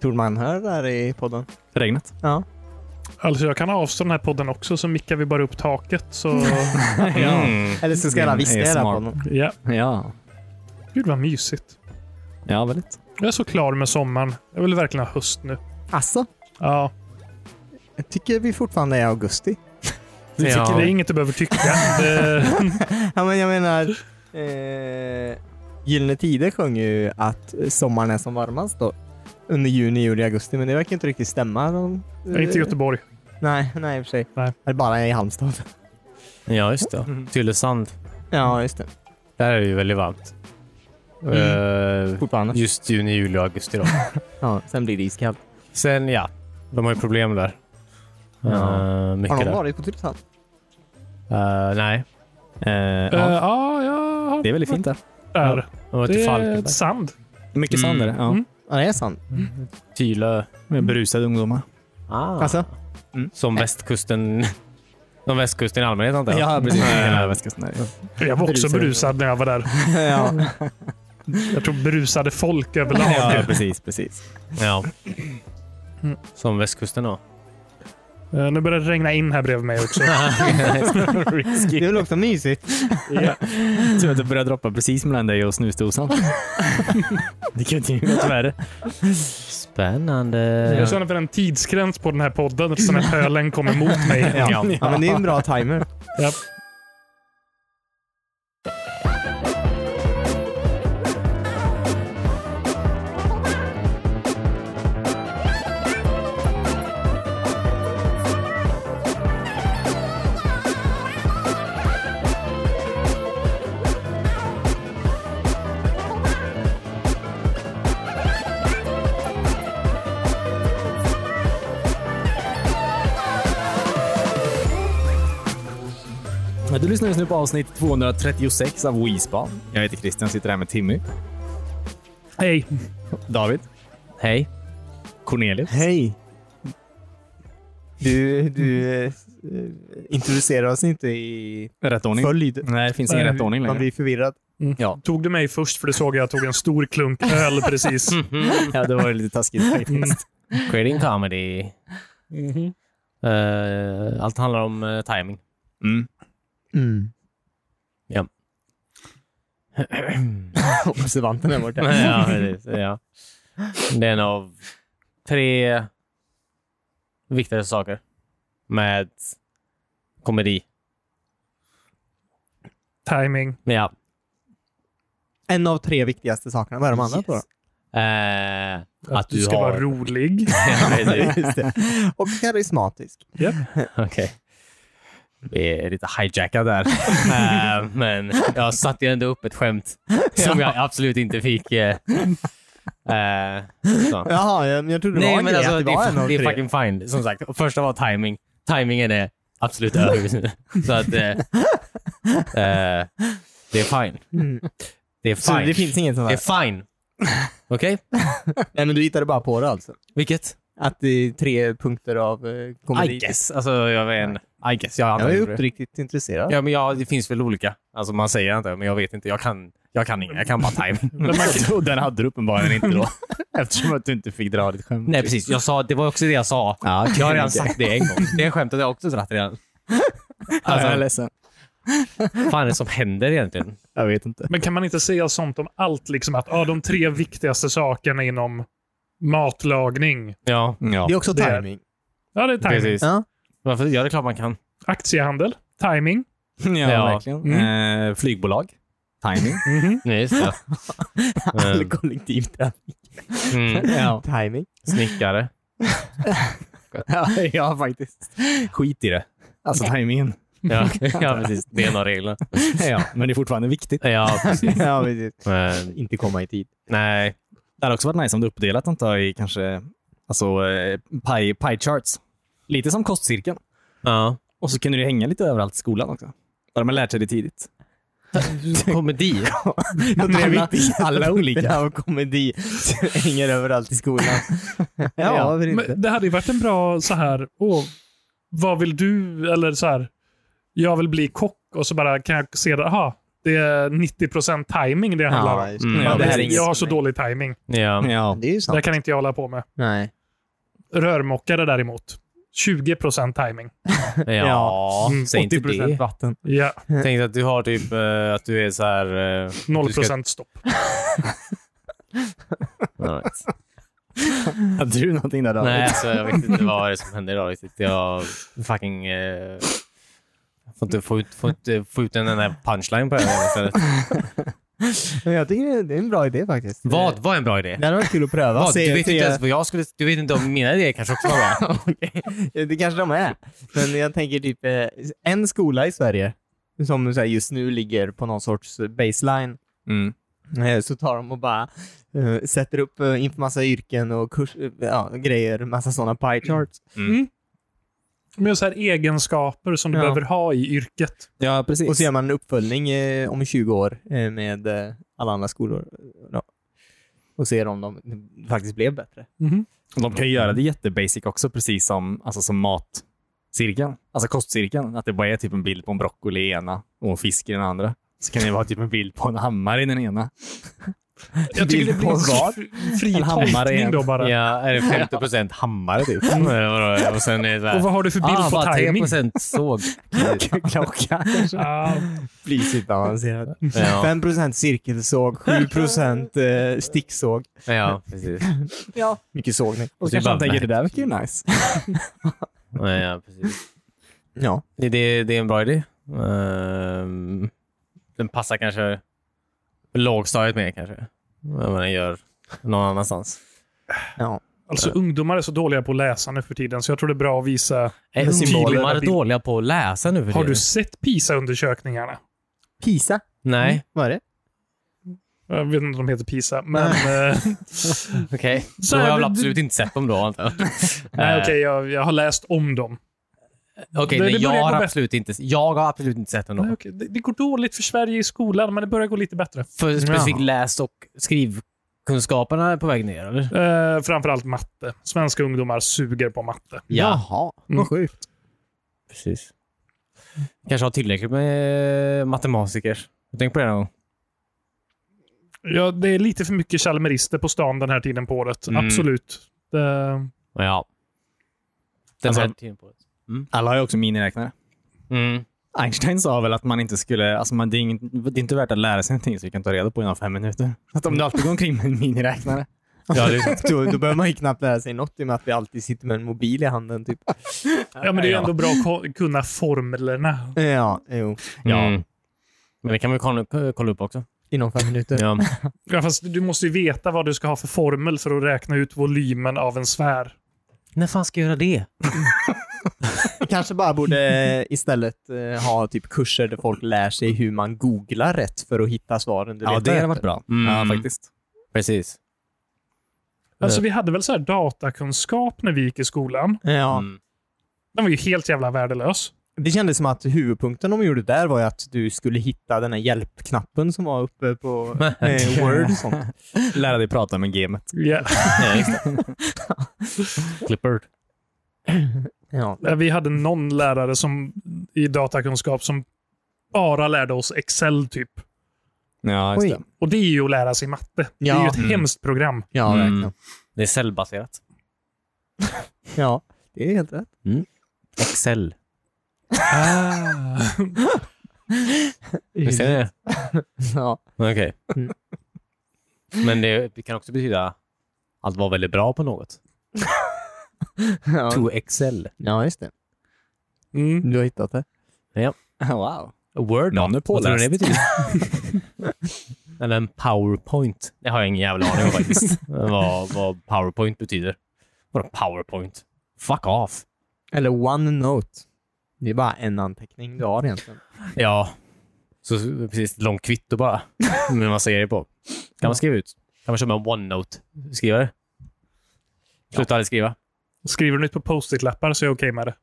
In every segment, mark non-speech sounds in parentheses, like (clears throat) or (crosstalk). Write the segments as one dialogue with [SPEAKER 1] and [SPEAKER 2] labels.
[SPEAKER 1] tror du man hör det här i podden?
[SPEAKER 2] (laughs)
[SPEAKER 3] Regnet.
[SPEAKER 1] Ja.
[SPEAKER 4] Alltså jag kan avstå den här podden också så mickar vi bara upp taket så...
[SPEAKER 3] Mm.
[SPEAKER 1] Eller så ska alla
[SPEAKER 3] Mm,
[SPEAKER 1] viska i den här
[SPEAKER 3] ASMR.
[SPEAKER 1] podden.
[SPEAKER 4] ja.
[SPEAKER 3] Ja.
[SPEAKER 4] Gud vad mysigt.
[SPEAKER 3] ja, väldigt.
[SPEAKER 4] Jag är så klar med sommaren. Jag vill verkligen ha höst nu.
[SPEAKER 1] Alltså,
[SPEAKER 4] Ja.
[SPEAKER 1] jag tycker vi fortfarande är augusti.
[SPEAKER 4] Du tycker,
[SPEAKER 3] Ja.
[SPEAKER 4] Det är inget du behöver tycka. Eh,
[SPEAKER 1] Ja, men jag menar, eh, Gyllene Tider sjöng ju att sommaren är som varmast då. Under juni, juli, augusti, men det verkar inte riktigt stämma. De, eh,
[SPEAKER 4] jag är inte i Göteborg.
[SPEAKER 1] Nej, nej i och för sig.
[SPEAKER 4] Nej.
[SPEAKER 1] Det är bara i Halmstad. (laughs)
[SPEAKER 2] Ja, just det. Tylösand.
[SPEAKER 1] Ja, just det.
[SPEAKER 2] Där är det ju väldigt varmt.
[SPEAKER 1] Mm.
[SPEAKER 2] Eh,
[SPEAKER 1] Fortfarande.
[SPEAKER 2] just juni, juli och augusti då.
[SPEAKER 1] Ja, sen blir det iskallt.
[SPEAKER 2] Sen ja, de har ju problem där.
[SPEAKER 1] Ja.
[SPEAKER 2] Eh, mycket
[SPEAKER 1] Har
[SPEAKER 2] där.
[SPEAKER 1] de varit på typ Tylösand?
[SPEAKER 2] Eh, nej,
[SPEAKER 3] Eh,
[SPEAKER 4] Eh,
[SPEAKER 3] ja.
[SPEAKER 4] ja, jag har
[SPEAKER 3] Det är väldigt fint där.
[SPEAKER 4] där.
[SPEAKER 2] de var
[SPEAKER 4] Det
[SPEAKER 2] till
[SPEAKER 4] är
[SPEAKER 2] Falkenberg.
[SPEAKER 4] ett sand.
[SPEAKER 3] Mycket sand är det. Ja.
[SPEAKER 4] Mm.
[SPEAKER 1] Ja, det är sant.
[SPEAKER 2] Tylö.
[SPEAKER 3] Med berusade ungdomar. Mm.
[SPEAKER 2] Ah.
[SPEAKER 1] Alltså,
[SPEAKER 2] Som västkusten. (laughs) Som västkusten i allmänhet antar jag.
[SPEAKER 3] Hela
[SPEAKER 2] Eh,
[SPEAKER 3] västkusten där.
[SPEAKER 4] Jag var också
[SPEAKER 3] Berusad.
[SPEAKER 4] berusad när jag var där.
[SPEAKER 1] (laughs) ja.
[SPEAKER 4] Jag tror berusade folk överlag.
[SPEAKER 1] (laughs)
[SPEAKER 3] Ja, precis, precis.
[SPEAKER 2] ja.
[SPEAKER 4] Mm.
[SPEAKER 2] Som västkusten då.
[SPEAKER 4] Eh, nu börjar det regna in här bredvid mig också.
[SPEAKER 1] Det är
[SPEAKER 3] Risky.
[SPEAKER 1] väl också mysigt?
[SPEAKER 3] Tur att det började droppa precis mellan dig
[SPEAKER 2] (laughs)
[SPEAKER 3] och snusdosan. det kunde ju gått värre.
[SPEAKER 2] Spännande.
[SPEAKER 4] Jag känner för en tidsgräns på den här podden eftersom att pölen kommer mot mig.
[SPEAKER 1] Ja. ja.
[SPEAKER 3] Ja.
[SPEAKER 1] men det är en bra timer.
[SPEAKER 4] Ja.
[SPEAKER 3] Du lyssnar just nu på avsnitt 236 av Wispan. Jag heter Christian, sitter här med Timmy,
[SPEAKER 4] Hej.
[SPEAKER 3] David,
[SPEAKER 2] Hej.
[SPEAKER 3] Cornelius.
[SPEAKER 1] Hej! Du, du eh, introducerar oss inte i
[SPEAKER 3] Rätt ordning.
[SPEAKER 1] följd.
[SPEAKER 3] Nej, det finns ingen
[SPEAKER 4] Nej,
[SPEAKER 3] rätt ordning
[SPEAKER 1] Man
[SPEAKER 3] längre.
[SPEAKER 1] blir förvirrad.
[SPEAKER 4] Tog du mig först för du såg att jag tog en stor klunk öl precis.
[SPEAKER 2] Mm. Mhm.
[SPEAKER 3] Ja, det var ju lite taskigt faktiskt.
[SPEAKER 2] Creating comedy. Eh, allt handlar om eh, timing.
[SPEAKER 3] Mm.
[SPEAKER 1] Mm. (clears throat)
[SPEAKER 2] Ja.
[SPEAKER 1] Observanten är borta.
[SPEAKER 2] (laughs) ja, precis. Ja. Det är en av tre viktigaste saker med komedi.
[SPEAKER 4] Timing.
[SPEAKER 2] Ja.
[SPEAKER 1] En av tre viktigaste sakerna. Vad är de andra på då?
[SPEAKER 2] Eh, att,
[SPEAKER 4] Du ska
[SPEAKER 2] har...
[SPEAKER 4] vara
[SPEAKER 2] (laughs)
[SPEAKER 4] rolig.
[SPEAKER 2] Ja, precis.
[SPEAKER 1] Just det. Och karismatisk.
[SPEAKER 2] Okej. Vi är lite hijackade där. Eh, men jag satte ju ändå upp ett skämt som jag absolut inte fick. eh, eh, så.
[SPEAKER 1] Jaha, jag, jag trodde det var
[SPEAKER 2] Nej,
[SPEAKER 1] en
[SPEAKER 2] men
[SPEAKER 1] grej
[SPEAKER 2] alltså,
[SPEAKER 1] att
[SPEAKER 2] det,
[SPEAKER 1] det var en
[SPEAKER 2] är,
[SPEAKER 1] av
[SPEAKER 2] det är
[SPEAKER 1] tre.
[SPEAKER 2] fucking fine. Som sagt, första var timing. Timingen är
[SPEAKER 1] (laughs)
[SPEAKER 2] absolut över. så att eh, eh, det är fine.
[SPEAKER 1] Mm.
[SPEAKER 2] Det är
[SPEAKER 1] Så
[SPEAKER 2] fine.
[SPEAKER 1] det finns inget sånt
[SPEAKER 2] Det
[SPEAKER 1] här?
[SPEAKER 2] är fine. Okej?
[SPEAKER 1] Nej, men du hittade bara på det alltså?
[SPEAKER 2] Vilket?
[SPEAKER 1] Att det är tre punkter av eh, komedi?
[SPEAKER 2] I guess. Alltså, jag vet en, I guess. Jag
[SPEAKER 1] Jag är
[SPEAKER 2] antar det.
[SPEAKER 1] uppriktigt intresserad.
[SPEAKER 2] Ja, men jag, det finns väl olika. Alltså, man säger inte, men jag vet inte. Jag kan, jag kan inga. Jag kan
[SPEAKER 1] (laughs)
[SPEAKER 2] bara timing.
[SPEAKER 3] (laughs) Och Den hade du uppenbarligen inte då, (laughs) eftersom att du inte fick dra ditt skämt. Typ.
[SPEAKER 2] Nej, precis. Jag sa, det var också det jag sa.
[SPEAKER 3] Ja,
[SPEAKER 2] Jag har redan sagt det
[SPEAKER 1] (laughs)
[SPEAKER 2] en gång. Det skämtet har jag också dragit redan.
[SPEAKER 3] Alltså, jag är
[SPEAKER 2] Alltså,
[SPEAKER 3] ledsen.
[SPEAKER 2] vad fan är det som händer egentligen?
[SPEAKER 3] Jag vet inte.
[SPEAKER 4] Men kan man inte säga sånt om allt? Liksom att ah, de tre viktigaste sakerna inom matlagning.
[SPEAKER 2] Ja,
[SPEAKER 3] Ja.
[SPEAKER 1] Det är också
[SPEAKER 4] Det är-
[SPEAKER 1] timing.
[SPEAKER 4] Ja, det är timing.
[SPEAKER 2] precis.
[SPEAKER 1] Ja.
[SPEAKER 2] Varför? Ja, det är klart man kan.
[SPEAKER 4] Aktiehandel. Timing.
[SPEAKER 3] Ja,
[SPEAKER 2] Ja.
[SPEAKER 3] verkligen. Eh, flygbolag. Timing.
[SPEAKER 2] Nej, just (laughs) det.
[SPEAKER 1] All
[SPEAKER 2] Mm.
[SPEAKER 1] kollektivtrafik.
[SPEAKER 2] Mm.
[SPEAKER 3] (laughs) ja.
[SPEAKER 1] Timing.
[SPEAKER 2] Snickare.
[SPEAKER 3] ja, (laughs) faktiskt. Skit i det. Alltså (laughs) timingen.
[SPEAKER 2] (laughs) Ja, ja precis. Det är en av reglerna.
[SPEAKER 3] Ja, men det är fortfarande viktigt.
[SPEAKER 2] Ja,
[SPEAKER 1] (laughs)
[SPEAKER 2] precis.
[SPEAKER 1] ja, precis.
[SPEAKER 2] Men,
[SPEAKER 1] Inte komma i tid.
[SPEAKER 2] nej.
[SPEAKER 3] Det hade också varit nice om det uppdelat antar jag, i kanske alltså, eh, pie, pie charts. Lite som kostcirkeln.
[SPEAKER 2] Ja.
[SPEAKER 3] Och så kunde det hänga lite överallt i skolan också. Där de har lärt sig det tidigt.
[SPEAKER 2] Komedi.
[SPEAKER 1] De
[SPEAKER 3] är
[SPEAKER 1] alla-
[SPEAKER 3] viktigt. Alla olika.
[SPEAKER 1] Det här var komedi. (laughs) Hänger överallt i skolan. (laughs) ja,
[SPEAKER 3] Ja,
[SPEAKER 1] varför inte?
[SPEAKER 4] Men det hade ju varit en bra så här, åh, vad vill du? Eller så här, jag vill bli kock och så bara kan jag se det, aha, Det är 90 timing det handlar om.
[SPEAKER 1] just
[SPEAKER 2] Mm,
[SPEAKER 1] Ja,
[SPEAKER 2] ja,
[SPEAKER 1] det här är
[SPEAKER 4] jag
[SPEAKER 1] inget
[SPEAKER 4] har så
[SPEAKER 1] som-
[SPEAKER 4] dålig timing.
[SPEAKER 2] Ja.
[SPEAKER 3] Ja.
[SPEAKER 1] Det är ju
[SPEAKER 4] Det
[SPEAKER 1] sant.
[SPEAKER 4] kan inte jag hålla på med.
[SPEAKER 1] Nej.
[SPEAKER 4] Rörmokare däremot. 20 timing.
[SPEAKER 2] Ja.
[SPEAKER 3] Ja.
[SPEAKER 2] Säg inte
[SPEAKER 3] 80%
[SPEAKER 2] det.
[SPEAKER 3] vatten.
[SPEAKER 4] Ja,
[SPEAKER 2] Tänk att du har typ eh, att du är så här... eh,
[SPEAKER 4] 0
[SPEAKER 2] du ska-
[SPEAKER 4] stopp.
[SPEAKER 2] Alright.
[SPEAKER 3] Hade du någonting där David?
[SPEAKER 2] (laughs) Nej, alltså, jag vet inte vad det är som händer idag riktigt. Jag fucking... eh, får, inte, få ut, får inte få ut en enda punchline på det här (laughs) stället.
[SPEAKER 1] Men (laughs) jag tycker det är- det är en bra idé faktiskt.
[SPEAKER 2] Vad var en bra idé?
[SPEAKER 1] Det hade varit kul att pröva.
[SPEAKER 2] Vad?
[SPEAKER 1] Se-
[SPEAKER 2] Du vet
[SPEAKER 1] se-
[SPEAKER 2] inte ens vad jag skulle... Du vet inte om mina idéer kanske också var bra? (laughs)
[SPEAKER 1] Det kanske de är. Men jag tänker typ eh, en skola i Sverige som så här, just nu ligger på någon sorts baseline.
[SPEAKER 3] Mm.
[SPEAKER 1] Eh, Så tar de och bara eh, sätter upp uh, massa yrken och kurs, eh, ja, grejer, massa sådana pie charts.
[SPEAKER 4] Men så här egenskaper som du
[SPEAKER 1] Ja.
[SPEAKER 4] behöver ha i yrket.
[SPEAKER 3] Ja, precis.
[SPEAKER 1] Och så gör man en uppföljning eh, om 20 år eh, med eh, alla andra skolor. Ja. Och ser om de faktiskt blev bättre.
[SPEAKER 3] De kan ju göra det jättebasic också, precis som, alltså, som matcirkeln. Alltså kostcirkeln. Att det bara är typ en bild på en broccoli i ena och en fisk i den andra. Så kan det vara typ en bild på en hammare i den
[SPEAKER 2] (laughs)
[SPEAKER 3] ena.
[SPEAKER 4] Jag tycker det
[SPEAKER 3] Bild på
[SPEAKER 4] blir en
[SPEAKER 3] vad?
[SPEAKER 4] fri- fri
[SPEAKER 3] En hammare
[SPEAKER 4] tolkning
[SPEAKER 3] igen.
[SPEAKER 4] då bara.
[SPEAKER 2] Ja,
[SPEAKER 4] (laughs)
[SPEAKER 2] är det 50 procent hammare typ? Eller vadå? Och sen är det så här-
[SPEAKER 4] Och vad har du för bild
[SPEAKER 2] ah,
[SPEAKER 4] på
[SPEAKER 2] bara 3
[SPEAKER 4] timing?
[SPEAKER 2] procent såg.
[SPEAKER 1] Klocka.
[SPEAKER 4] Ah,
[SPEAKER 1] Blir (laughs) superavancerad.
[SPEAKER 2] (laughs) Ja,
[SPEAKER 1] 5% cirkelsåg, 7% eh, sticksåg.
[SPEAKER 2] ja precis.
[SPEAKER 1] Ja. Mycket sågning.
[SPEAKER 3] Och
[SPEAKER 2] Och
[SPEAKER 3] så
[SPEAKER 2] det är
[SPEAKER 3] kanske
[SPEAKER 2] bara
[SPEAKER 3] de tänker
[SPEAKER 2] märk.
[SPEAKER 3] det där verkar ju nice.
[SPEAKER 2] Ja, ja, precis.
[SPEAKER 1] Ja.
[SPEAKER 2] Det, det, det är en bra idé. Ehm, den passar kanske lågstadiet mer kanske. Än vad den gör någon annanstans.
[SPEAKER 1] ja.
[SPEAKER 4] alltså ungdomar är så dåliga på att läsa nu för tiden, så jag tror det är bra att visa.
[SPEAKER 2] Är
[SPEAKER 4] Men symboler-
[SPEAKER 2] ungdomar dåliga på att läsa nu för
[SPEAKER 4] Har du
[SPEAKER 2] tiden?
[SPEAKER 4] sett PISA-undersökningarna?
[SPEAKER 1] Pisa,
[SPEAKER 4] Mm.
[SPEAKER 2] Nej.
[SPEAKER 1] var det?
[SPEAKER 4] Jag vet inte om de heter PISA, men...
[SPEAKER 2] (laughs)
[SPEAKER 4] eh,
[SPEAKER 2] Okej.
[SPEAKER 4] Så
[SPEAKER 2] Då har
[SPEAKER 4] är
[SPEAKER 2] jag väl
[SPEAKER 4] det-
[SPEAKER 2] absolut inte sett dem då antar jag.
[SPEAKER 4] nej,
[SPEAKER 2] Eh,
[SPEAKER 4] okej, jag, jag har läst om dem.
[SPEAKER 2] Okej,
[SPEAKER 4] Det-
[SPEAKER 2] nej,
[SPEAKER 4] det
[SPEAKER 2] jag
[SPEAKER 4] börjar gå
[SPEAKER 2] har
[SPEAKER 4] bättre.
[SPEAKER 2] absolut inte Jag har absolut inte sett dem då.
[SPEAKER 4] Nej, okej, Det, det går dåligt för Sverige i skolan, men det börjar gå lite bättre.
[SPEAKER 2] För specifikt
[SPEAKER 1] Ja.
[SPEAKER 2] läs och skrivkunskaperna är på väg ner, eller?
[SPEAKER 4] Eh, framförallt matte. Svenska ungdomar suger på matte.
[SPEAKER 1] Jaha,
[SPEAKER 4] Mm.
[SPEAKER 1] vad sjukt.
[SPEAKER 2] Precis. Kanske har tillräckligt med matematiker. Tänk på det någon gång.
[SPEAKER 4] Ja, det är lite för mycket chalmerister på stan den här tiden på året.
[SPEAKER 2] Mm.
[SPEAKER 4] Absolut. Det,
[SPEAKER 2] Ja. Den
[SPEAKER 3] Alltså-
[SPEAKER 2] här tiden på det.
[SPEAKER 3] Alla har ju också miniräknare.
[SPEAKER 2] Mm.
[SPEAKER 3] Einstein sa väl att man inte skulle, alltså man, det, är ing, det är inte värt att lära sig någonting som vi kan ta reda på inom fem minuter. Så Att om du alltid går omkring med en miniräknare.
[SPEAKER 2] Ja, det är (laughs) sant.
[SPEAKER 1] Då, då behöver man ju knappt lära sig något i och med att vi alltid sitter med en mobil i handen. Typ.
[SPEAKER 4] ja, men det är ju ändå bra att ko- kunna formlerna.
[SPEAKER 1] Ja, jo.
[SPEAKER 2] ja. Men det kan vi kolla, kolla upp också.
[SPEAKER 1] Inom fem minuter.
[SPEAKER 2] Ja.
[SPEAKER 4] Ja, fast du måste ju veta vad du ska ha för formel för att räkna ut volymen av en sfär.
[SPEAKER 2] När fan ska jag göra det?
[SPEAKER 1] Kanske bara borde
[SPEAKER 3] (laughs)
[SPEAKER 1] istället eh, ha typ kurser där folk lär sig hur man googlar rätt för att hitta svaren du
[SPEAKER 3] Ja,
[SPEAKER 1] letar
[SPEAKER 3] det hade
[SPEAKER 1] efter.
[SPEAKER 3] varit bra.
[SPEAKER 2] Mm. (laughs)
[SPEAKER 3] Ja, faktiskt.
[SPEAKER 2] Precis.
[SPEAKER 4] Alltså, vi hade väl så här datakunskap när vi gick i skolan.
[SPEAKER 1] Ja.
[SPEAKER 2] Mm.
[SPEAKER 4] Den var ju helt jävla värdelös.
[SPEAKER 1] Det kändes som att huvudpunkten de gjorde där var ju att du skulle hitta den här hjälpknappen som var uppe
[SPEAKER 3] (laughs)
[SPEAKER 1] på eh, Word och sånt.
[SPEAKER 3] Lära dig prata med gemet.
[SPEAKER 4] Ja.
[SPEAKER 2] Ja, just det. Clippard.
[SPEAKER 1] Ja.
[SPEAKER 4] Vi hade någon lärare som, i datakunskap som bara lärde oss Excel, typ.
[SPEAKER 3] Ja, just
[SPEAKER 1] Oj.
[SPEAKER 3] det.
[SPEAKER 4] Och det är ju att lära sig matte. Det är
[SPEAKER 1] Ja.
[SPEAKER 4] ju ett
[SPEAKER 3] Mm.
[SPEAKER 4] hemskt program.
[SPEAKER 1] Ja,
[SPEAKER 3] Mm.
[SPEAKER 1] verkligen.
[SPEAKER 2] Det är cellbaserat.
[SPEAKER 1] Ja, det är helt rätt.
[SPEAKER 2] Excel.
[SPEAKER 1] (laughs)
[SPEAKER 2] Visst är
[SPEAKER 1] Ja.
[SPEAKER 2] det Mm. Okej. Men det, det kan också betyda att vara väldigt bra på något.
[SPEAKER 1] Ja.
[SPEAKER 2] To excel.
[SPEAKER 1] ja, just det.
[SPEAKER 4] Mm.
[SPEAKER 1] Du har hittat det. (laughs)
[SPEAKER 3] Wow.
[SPEAKER 2] Word
[SPEAKER 3] Någon är
[SPEAKER 2] Vad tror du det
[SPEAKER 3] påläst.
[SPEAKER 2] betyder? (laughs) Eller en powerpoint. Det har jag ingen jävla aning om faktiskt. vad, vad powerpoint betyder. Vadå powerpoint? Fuck off.
[SPEAKER 1] Eller OneNote. Det är bara en anteckning du har egentligen.
[SPEAKER 2] Ja. Så så- precis, ett långt kvitto bara. Med massa grejer på. Kan man skriva ut? Kan man köra med en OneNote-skrivare? Sluta aldrig skriva.
[SPEAKER 4] Skriver du nytt på post-it-lappar så är jag okej med det.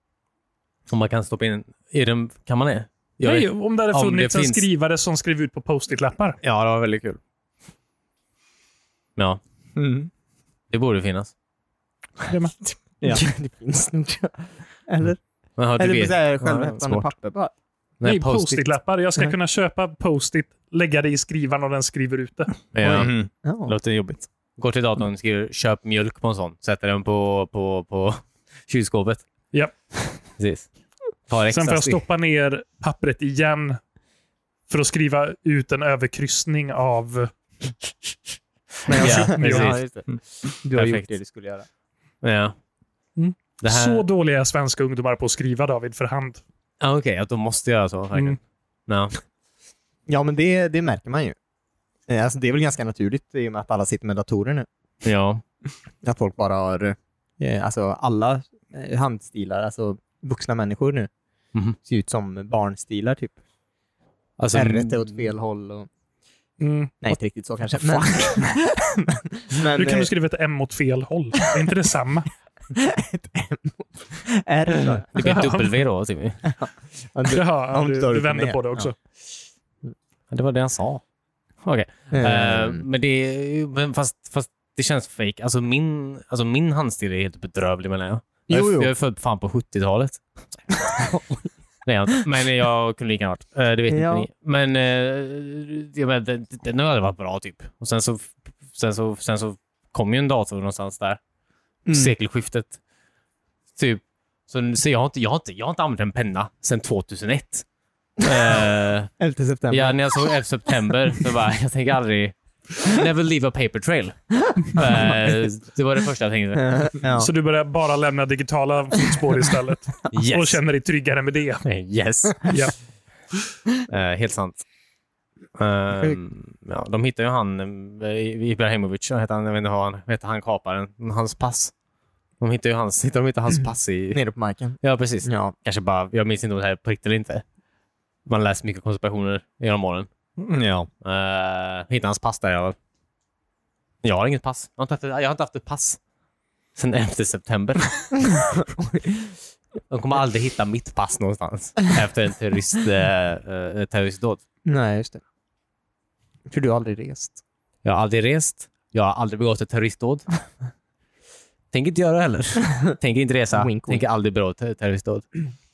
[SPEAKER 2] Om man kan stoppa in... Är det, kan man det? Jag
[SPEAKER 4] Nej,
[SPEAKER 2] vet-
[SPEAKER 4] om det hade
[SPEAKER 2] om
[SPEAKER 4] funnits
[SPEAKER 2] det
[SPEAKER 4] en
[SPEAKER 2] finns.
[SPEAKER 4] skrivare som skrev ut på post-it-lappar.
[SPEAKER 2] Ja, det var väldigt kul. Ja,
[SPEAKER 3] Mm.
[SPEAKER 2] det borde finnas.
[SPEAKER 4] Det med.
[SPEAKER 3] Ja.
[SPEAKER 1] (laughs) det finns nog. Eller?
[SPEAKER 2] Men har du
[SPEAKER 1] Eller på
[SPEAKER 2] vet,
[SPEAKER 1] så här
[SPEAKER 3] Ja,
[SPEAKER 1] självhäftande
[SPEAKER 3] smart.
[SPEAKER 1] papper bara.
[SPEAKER 4] Nej,
[SPEAKER 2] post-it.
[SPEAKER 4] post-it-lappar. Jag ska
[SPEAKER 1] Mm.
[SPEAKER 4] kunna köpa post-it, lägga det i skrivaren och den skriver ut det.
[SPEAKER 2] Ja.
[SPEAKER 3] Mm.
[SPEAKER 1] Ja.
[SPEAKER 3] Låter jobbigt.
[SPEAKER 2] Går till datorn och skriver köp mjölk på en sån. Sätter den på, på, på (laughs) kylskåpet.
[SPEAKER 4] Ja.
[SPEAKER 2] (laughs) Precis. Tar extra
[SPEAKER 4] Sen får jag
[SPEAKER 2] steg.
[SPEAKER 4] stoppa ner pappret igen för att skriva ut en överkryssning av... När jag
[SPEAKER 2] Ja,
[SPEAKER 4] köpt mjölk.
[SPEAKER 1] (laughs) Ja,
[SPEAKER 2] precis.
[SPEAKER 1] just det. Mm. Du har
[SPEAKER 2] Perfekt.
[SPEAKER 1] gjort det du skulle göra.
[SPEAKER 2] Ja.
[SPEAKER 4] Mm.
[SPEAKER 2] Det här...
[SPEAKER 4] Så dåliga är svenska ungdomar på att skriva, David, för hand.
[SPEAKER 2] Ja, Okej, att de måste göra så. Verkligen.
[SPEAKER 4] Mm.
[SPEAKER 2] Ja.
[SPEAKER 1] Ja, men det, det märker man ju. Eh, Alltså, det är väl ganska naturligt i och med att alla sitter med datorer nu.
[SPEAKER 2] ja.
[SPEAKER 1] Att folk bara har, eh, alltså alla eh, handstilar, alltså vuxna människor nu,
[SPEAKER 2] Mhm.
[SPEAKER 1] ser ut som barnstilar typ.
[SPEAKER 2] Alltså,
[SPEAKER 1] Ärret är åt fel håll och...
[SPEAKER 4] Mm.
[SPEAKER 1] Nej, inte riktigt så kanske. Men, (laughs) men,
[SPEAKER 4] Hur kan
[SPEAKER 1] eh,
[SPEAKER 4] du skriva ett M åt fel håll? Är inte det samma?
[SPEAKER 1] R då?
[SPEAKER 2] Det blir ett W då, Timmy.
[SPEAKER 1] Ja, (laughs) (laughs) du-
[SPEAKER 4] Jaha,
[SPEAKER 1] om
[SPEAKER 4] du,
[SPEAKER 1] du tar
[SPEAKER 4] du
[SPEAKER 1] upp och
[SPEAKER 4] vänder
[SPEAKER 1] ner.
[SPEAKER 4] på det också.
[SPEAKER 2] Det var det han sa. Okej. Eh,
[SPEAKER 1] Ehm,
[SPEAKER 2] men det är ju- men fast, fast det känns fake. Alltså min, alltså min handstil är helt bedrövlig menar jag. jag,
[SPEAKER 1] Jo,
[SPEAKER 2] är-
[SPEAKER 1] jo.
[SPEAKER 2] jag är född fan
[SPEAKER 1] (laughs)
[SPEAKER 2] på 70-talet. Nej, jag inte. men jag kunde lika gärna varit. Eh, Det vet
[SPEAKER 1] Ja.
[SPEAKER 2] inte ni. Men eh, jag menar, den, den hade varit bra typ. Och sen så, sen så, sen så kom ju en dator någonstans där.
[SPEAKER 1] Mm.
[SPEAKER 2] Sekelskiftet. Typ. Så, så jag, har inte, jag, har inte, jag har inte använt en penna sedan 2001.
[SPEAKER 1] (laughs)
[SPEAKER 2] Eh,
[SPEAKER 1] 11 september.
[SPEAKER 2] Ja, när jag såg 11 september så bara, jag tänker aldrig... Never leave a paper trail.
[SPEAKER 1] (laughs)
[SPEAKER 2] Eh, det var det första jag tänkte.
[SPEAKER 1] Eh, ja.
[SPEAKER 4] Så du börjar bara lämna digitala fotspår istället
[SPEAKER 2] (laughs)
[SPEAKER 4] och
[SPEAKER 2] Yes.
[SPEAKER 4] känner dig tryggare
[SPEAKER 2] (laughs)
[SPEAKER 4] med det.
[SPEAKER 2] yes.
[SPEAKER 4] Ja.
[SPEAKER 2] Eh, helt sant. Ehm, ja, de hittar ju han, eh, Ibrahimovic, vad heter han, jag vet inte vad han vad heter, han kaparen, hans pass. De hittar ju hans, (laughs) hittar de inte hans pass i...
[SPEAKER 1] Nere på marken.
[SPEAKER 2] (laughs) Ja, precis.
[SPEAKER 1] Ja.
[SPEAKER 2] Kanske bara, jag minns inte om det här är på riktigt eller inte. Man läser mycket konspirationer genom åren. (laughs)
[SPEAKER 3] Mm, Ja.
[SPEAKER 2] Uh, hittade hans pass där. Jag, jag har inget pass. Jag har inte haft, jag har inte haft ett pass sen 11 (laughs) september. De kommer aldrig hitta mitt pass (laughs) någonstans efter en terrorist, eh, eh, terroristdåd.
[SPEAKER 1] Nej, just det. För du har aldrig rest.
[SPEAKER 2] Jag har aldrig rest. Jag har aldrig begått ett (laughs) terroristdåd. Tänker inte göra det (laughs) heller. Tänker inte resa.
[SPEAKER 1] Wink, wink.
[SPEAKER 2] Tänker aldrig begå ett terroristdåd.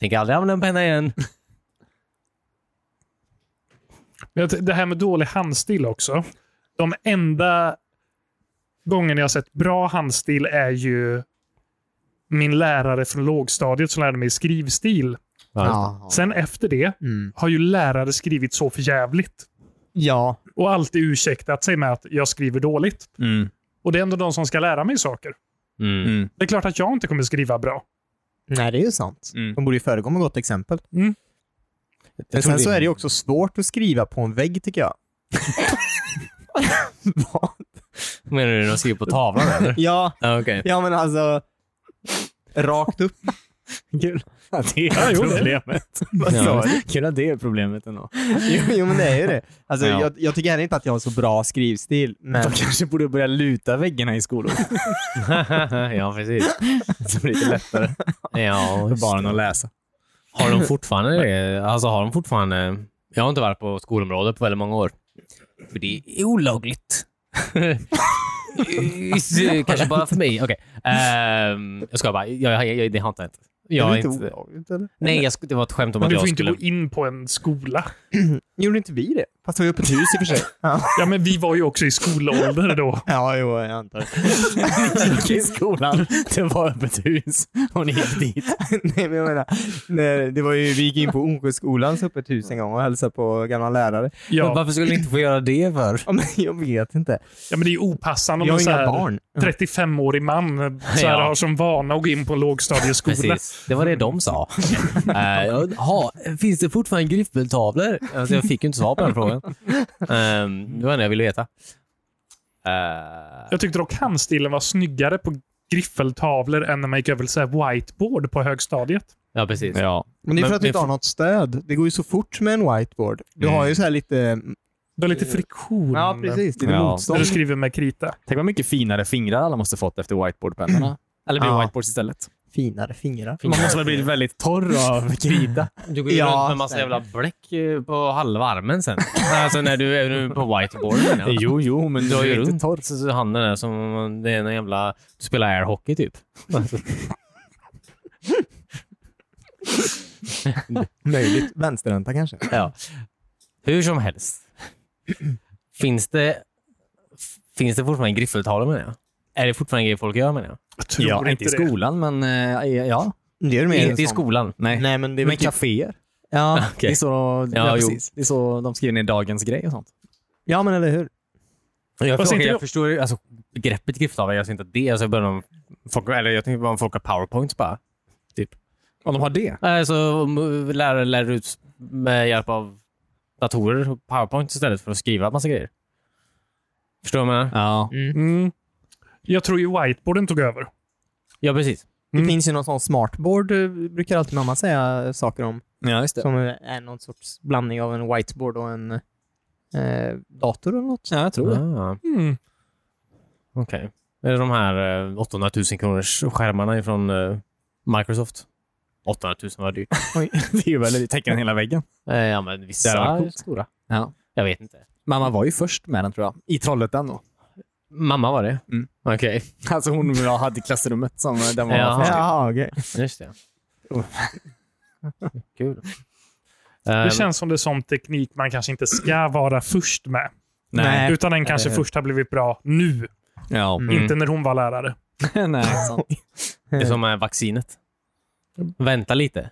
[SPEAKER 2] Tänker aldrig använda en penna igen.
[SPEAKER 4] Men jag t- Det här med dålig handstil också. De enda gången jag har sett bra handstil är ju min lärare från lågstadiet som lärde mig skrivstil.
[SPEAKER 1] Ja.
[SPEAKER 4] Sen efter det
[SPEAKER 1] Mm.
[SPEAKER 4] har ju lärare skrivit så för jävligt
[SPEAKER 1] ja.
[SPEAKER 4] och alltid ursäktat sig med att jag skriver dåligt.
[SPEAKER 3] Mm.
[SPEAKER 4] Och det är ändå de som ska lära mig saker.
[SPEAKER 2] Mm.
[SPEAKER 3] Mm.
[SPEAKER 4] Det är klart att jag inte kommer skriva bra.
[SPEAKER 1] Nej, det är ju sant.
[SPEAKER 3] Mm.
[SPEAKER 1] De borde ju föregå med gott exempel.
[SPEAKER 4] Mm.
[SPEAKER 1] Men sen så är det ju också svårt att skriva på en vägg, tycker (laughs) jag. Vad?
[SPEAKER 2] Menar du när de skriver på tavlan eller?
[SPEAKER 1] ja,
[SPEAKER 2] (laughs) Ja, Okej.
[SPEAKER 1] ja, men alltså... Rakt upp. Kul.
[SPEAKER 3] Det är
[SPEAKER 4] jo, det är
[SPEAKER 3] problemet.
[SPEAKER 1] Vad sa du?
[SPEAKER 3] Kul det är problemet ändå.
[SPEAKER 1] Jo, jo, men det är ju det. Alltså,
[SPEAKER 3] Ja.
[SPEAKER 1] jag, jag tycker heller inte att jag har så bra skrivstil, men...
[SPEAKER 3] De kanske borde börja luta väggarna i skolor. (laughs)
[SPEAKER 2] ja, precis.
[SPEAKER 3] Så blir det lättare
[SPEAKER 2] Ja,
[SPEAKER 3] för barnen att läsa.
[SPEAKER 2] Har de fortfarande (laughs) det? Alltså har de fortfarande... Jag har inte varit på skolområdet på väldigt många år. För det är (laughs) olagligt. Kanske bara för mig. Okej. Ehm, jag ska bara. Jag, jag, jag, det har inte hänt. Jag
[SPEAKER 1] är
[SPEAKER 2] är
[SPEAKER 1] det inte
[SPEAKER 2] inte,
[SPEAKER 1] olagligt, eller?
[SPEAKER 2] nej, jag, sk- det var ett skämt om
[SPEAKER 4] Men
[SPEAKER 2] att
[SPEAKER 4] du
[SPEAKER 2] jag
[SPEAKER 4] får inte
[SPEAKER 2] skulle...
[SPEAKER 4] gå in på en skola.
[SPEAKER 1] Gjorde inte vi det? Fast det var ju öppet hus i och för sig. ja.
[SPEAKER 4] Ja, men vi var ju också i skolålder då.
[SPEAKER 1] ja, jo, jag antar det.
[SPEAKER 3] Ni gick i skolan,
[SPEAKER 2] (laughs)
[SPEAKER 3] det var öppet hus och ni gick dit.
[SPEAKER 1] Nej, men jag menar, nej, det var ju, vi gick in på Onsjöskolans öppet hus en gång och hälsade på gamla lärare.
[SPEAKER 2] Men
[SPEAKER 4] Ja,
[SPEAKER 2] Varför skulle ni inte få göra det för?
[SPEAKER 1] Ja, men jag vet inte.
[SPEAKER 4] ja men det är ju opassande om
[SPEAKER 1] Jag
[SPEAKER 4] en
[SPEAKER 1] har
[SPEAKER 4] så
[SPEAKER 1] inga
[SPEAKER 4] här
[SPEAKER 1] barn.
[SPEAKER 4] 35-årig man så här,
[SPEAKER 2] Ja.
[SPEAKER 4] har som vana att gå in på en
[SPEAKER 2] (laughs)
[SPEAKER 4] lågstadieskola.
[SPEAKER 2] Precis. Det var det de (laughs) sa. Eh, jag- ha, finns det fortfarande griffeltavlor? Alltså, jag fick ju inte svar på den frågan. Ehm, det var det jag ville veta. Eh,
[SPEAKER 4] Jag tyckte dock handstilen var snyggare på griffeltavlor än när man gick över till så här whiteboard på högstadiet.
[SPEAKER 2] ja, precis.
[SPEAKER 3] Ja.
[SPEAKER 1] Men det är för
[SPEAKER 2] Men
[SPEAKER 1] att du
[SPEAKER 2] det-
[SPEAKER 1] inte har något stöd. Det går ju så fort med en whiteboard. Du har ju så här lite...
[SPEAKER 4] Det var lite friktion.
[SPEAKER 1] Lite
[SPEAKER 3] Ja.
[SPEAKER 4] När
[SPEAKER 1] motstånd.
[SPEAKER 4] du skriver med krita.
[SPEAKER 3] Tänk vad mycket finare fingrar alla måste fått efter whiteboardpennorna. Eller blir
[SPEAKER 1] Ja.
[SPEAKER 3] whiteboards istället.
[SPEAKER 1] Finare fingrar.
[SPEAKER 3] Man måste väl blivit väldigt torr av krita.
[SPEAKER 2] Du går ju
[SPEAKER 1] Ja,
[SPEAKER 2] runt med en massa
[SPEAKER 1] säkert.
[SPEAKER 2] jävla bläck eh, på halva armen sen. (laughs) alltså när du är nu på whiteboarden. menar (laughs) jag.
[SPEAKER 3] Jo, jo, men
[SPEAKER 2] Du har
[SPEAKER 3] det
[SPEAKER 2] ju
[SPEAKER 3] är inte
[SPEAKER 2] runt
[SPEAKER 3] torr.
[SPEAKER 2] så- så handen är som om det är någon jävla... Du spelar airhockey typ.
[SPEAKER 1] Möjligt. Vänsterhänta kanske.
[SPEAKER 2] Ja. Hur som helst. Finns det, finns det fortfarande griffeltavlor menar jag? Är det fortfarande grejer folk gör menar jag?
[SPEAKER 4] Jag tror
[SPEAKER 3] Ja, inte
[SPEAKER 4] inte
[SPEAKER 3] i
[SPEAKER 4] det.
[SPEAKER 3] skolan, men eh, ja.
[SPEAKER 1] Det är mer en
[SPEAKER 2] Inte i
[SPEAKER 1] sån-
[SPEAKER 2] skolan.
[SPEAKER 3] Nej.
[SPEAKER 1] Nej, men det är väl
[SPEAKER 3] Men
[SPEAKER 1] typ...
[SPEAKER 3] kaféer.
[SPEAKER 1] Ja.
[SPEAKER 2] (laughs) Okej.
[SPEAKER 3] Det, är så, de-
[SPEAKER 2] Ja,
[SPEAKER 3] ja,
[SPEAKER 2] jo.
[SPEAKER 3] precis. det är så de skriver ner dagens grej och sånt.
[SPEAKER 1] ja, men eller hur?
[SPEAKER 2] Jag,
[SPEAKER 4] Fast
[SPEAKER 2] förstår,
[SPEAKER 4] inte
[SPEAKER 2] jag
[SPEAKER 4] då-
[SPEAKER 2] förstår ju, alltså, begreppet griffeltavla, jag ser inte att det. Alltså, jag, börjar om folk, eller jag tänker bara om folk har powerpoints bara.
[SPEAKER 3] Om de har det?
[SPEAKER 2] Alltså, m- lärare lär ut med hjälp av datorer och powerpoint istället för att skriva massa grejer. Förstår du vad jag menar?
[SPEAKER 3] Ja.
[SPEAKER 4] Mm. Jag tror ju whiteboarden tog över.
[SPEAKER 2] Ja, precis.
[SPEAKER 1] Det
[SPEAKER 4] Mm.
[SPEAKER 1] finns ju någon sån smartboard, eh, brukar alltid mamma säga saker om,
[SPEAKER 3] ja,
[SPEAKER 1] (laughs)
[SPEAKER 3] just
[SPEAKER 1] som eh, är någon sorts blandning av en whiteboard och en eh, dator eller något.
[SPEAKER 3] Ja, jag tror det.
[SPEAKER 2] Ah,
[SPEAKER 4] Mm.
[SPEAKER 2] Okej. Är det de här eh, 800 000 kronors skärmarna från Microsoft? 800 000 var dyrt.
[SPEAKER 3] det är ju väldigt, täcker den hela väggen.
[SPEAKER 2] (laughs) Eh, ja, men vissa
[SPEAKER 3] Det hade varit
[SPEAKER 2] är
[SPEAKER 3] coolt.
[SPEAKER 2] stora.
[SPEAKER 3] Ja.
[SPEAKER 2] Jag vet inte.
[SPEAKER 3] Mamma var ju först med den tror jag. I Trollhättan då.
[SPEAKER 2] Mamma var det?
[SPEAKER 3] Mm.
[SPEAKER 2] Okej,
[SPEAKER 3] Alltså hon och jag hade klassrummet som eh, den var
[SPEAKER 2] Ja.
[SPEAKER 3] först.
[SPEAKER 1] Jaha, okej.
[SPEAKER 2] just det.
[SPEAKER 3] Oh.
[SPEAKER 2] Kul.
[SPEAKER 4] Det
[SPEAKER 2] Ehm,
[SPEAKER 4] känns som det är sån teknik man kanske inte ska vara först med.
[SPEAKER 1] Nej.
[SPEAKER 4] Utan den kanske
[SPEAKER 2] Eh.
[SPEAKER 4] först har blivit bra nu,
[SPEAKER 3] Ja.
[SPEAKER 1] Mm.
[SPEAKER 4] inte när hon var lärare.
[SPEAKER 3] (laughs) Nej, sant.
[SPEAKER 2] Det är som med vaccinet. Vänta lite.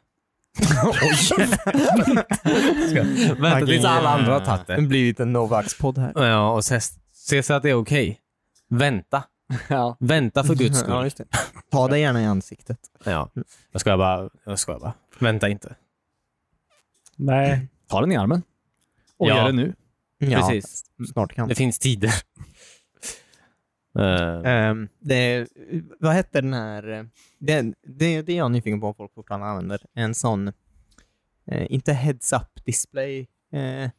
[SPEAKER 2] Vänta tills alla andra har tagit
[SPEAKER 1] Det
[SPEAKER 2] det.
[SPEAKER 1] blir lite Novax-podd här.
[SPEAKER 2] Ja, och se, se så att det är okej. Vänta.
[SPEAKER 3] Ja.
[SPEAKER 2] Vänta för guds skull.
[SPEAKER 1] Ja, just det. Ta dig gärna i ansiktet.
[SPEAKER 2] Ja. Jag skojar bara. Jag skojar bara. Vänta inte.
[SPEAKER 4] Nej.
[SPEAKER 3] Ta den i armen. Och
[SPEAKER 2] Ja.
[SPEAKER 3] gör det nu.
[SPEAKER 1] Ja,
[SPEAKER 2] Precis.
[SPEAKER 1] snart kan
[SPEAKER 2] Det finns tider. Eh,
[SPEAKER 1] Ehm, det, vad hette den här... eh, Det, det, det är jag nyfiken på om folk fortfarande använder. En sån, eh, inte heads-up display. Eh,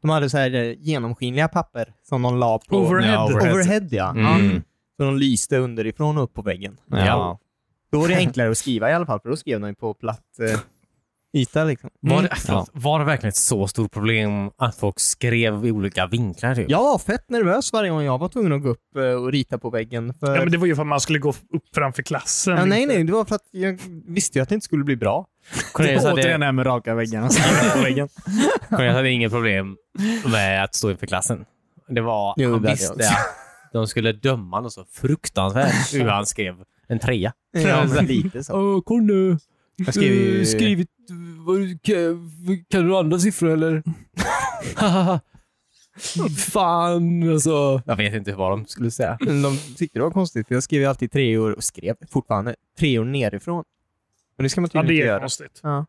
[SPEAKER 1] de hade så här eh, genomskinliga papper som de la på...
[SPEAKER 4] Overhead.
[SPEAKER 3] Ja, overhead.
[SPEAKER 1] Overhead, ja.
[SPEAKER 2] Mm.
[SPEAKER 1] Så de lyste underifrån och upp på väggen.
[SPEAKER 2] Ja.
[SPEAKER 1] Då var det enklare att skriva i alla fall, för då skrev de ju på platt eh, yta. Liksom.
[SPEAKER 2] Var, det,
[SPEAKER 4] Mm.
[SPEAKER 2] förlåt, var det verkligen ett så stort problem att folk skrev i olika vinklar? Typ?
[SPEAKER 1] Jag var fett nervös varje gång jag var tvungen att gå upp eh, och rita på väggen. För...
[SPEAKER 4] Ja, men det var ju för att man skulle gå upp framför klassen.
[SPEAKER 1] ja, nej, nej, det var för att jag visste ju att det inte skulle bli bra.
[SPEAKER 2] Cornelius
[SPEAKER 3] Återigen det
[SPEAKER 2] hade,
[SPEAKER 3] här med raka alltså. väggarna.
[SPEAKER 2] Cornelius hade inget problem med att stå inför klassen. Det var,
[SPEAKER 1] Jo,
[SPEAKER 2] han
[SPEAKER 1] det hade
[SPEAKER 2] visste
[SPEAKER 1] jag också.
[SPEAKER 2] att de skulle döma något så
[SPEAKER 1] (laughs)
[SPEAKER 2] fruktansvärt hur han skrev en trea.
[SPEAKER 1] Ja, men lite så.
[SPEAKER 3] Åh, kolla nu. Eh,
[SPEAKER 1] Jag skrev ju...
[SPEAKER 3] kan du andra siffror eller? (laughs) Fan alltså.
[SPEAKER 2] Jag vet inte vad de skulle säga.
[SPEAKER 1] Men De tyckte det var konstigt, för jag skrev ju alltid treor och skrev fortfarande treor nerifrån. Men det ska man
[SPEAKER 4] Ja,
[SPEAKER 1] tydligen
[SPEAKER 4] det
[SPEAKER 1] inte
[SPEAKER 4] är
[SPEAKER 1] göra.
[SPEAKER 4] konstigt.
[SPEAKER 1] Ja.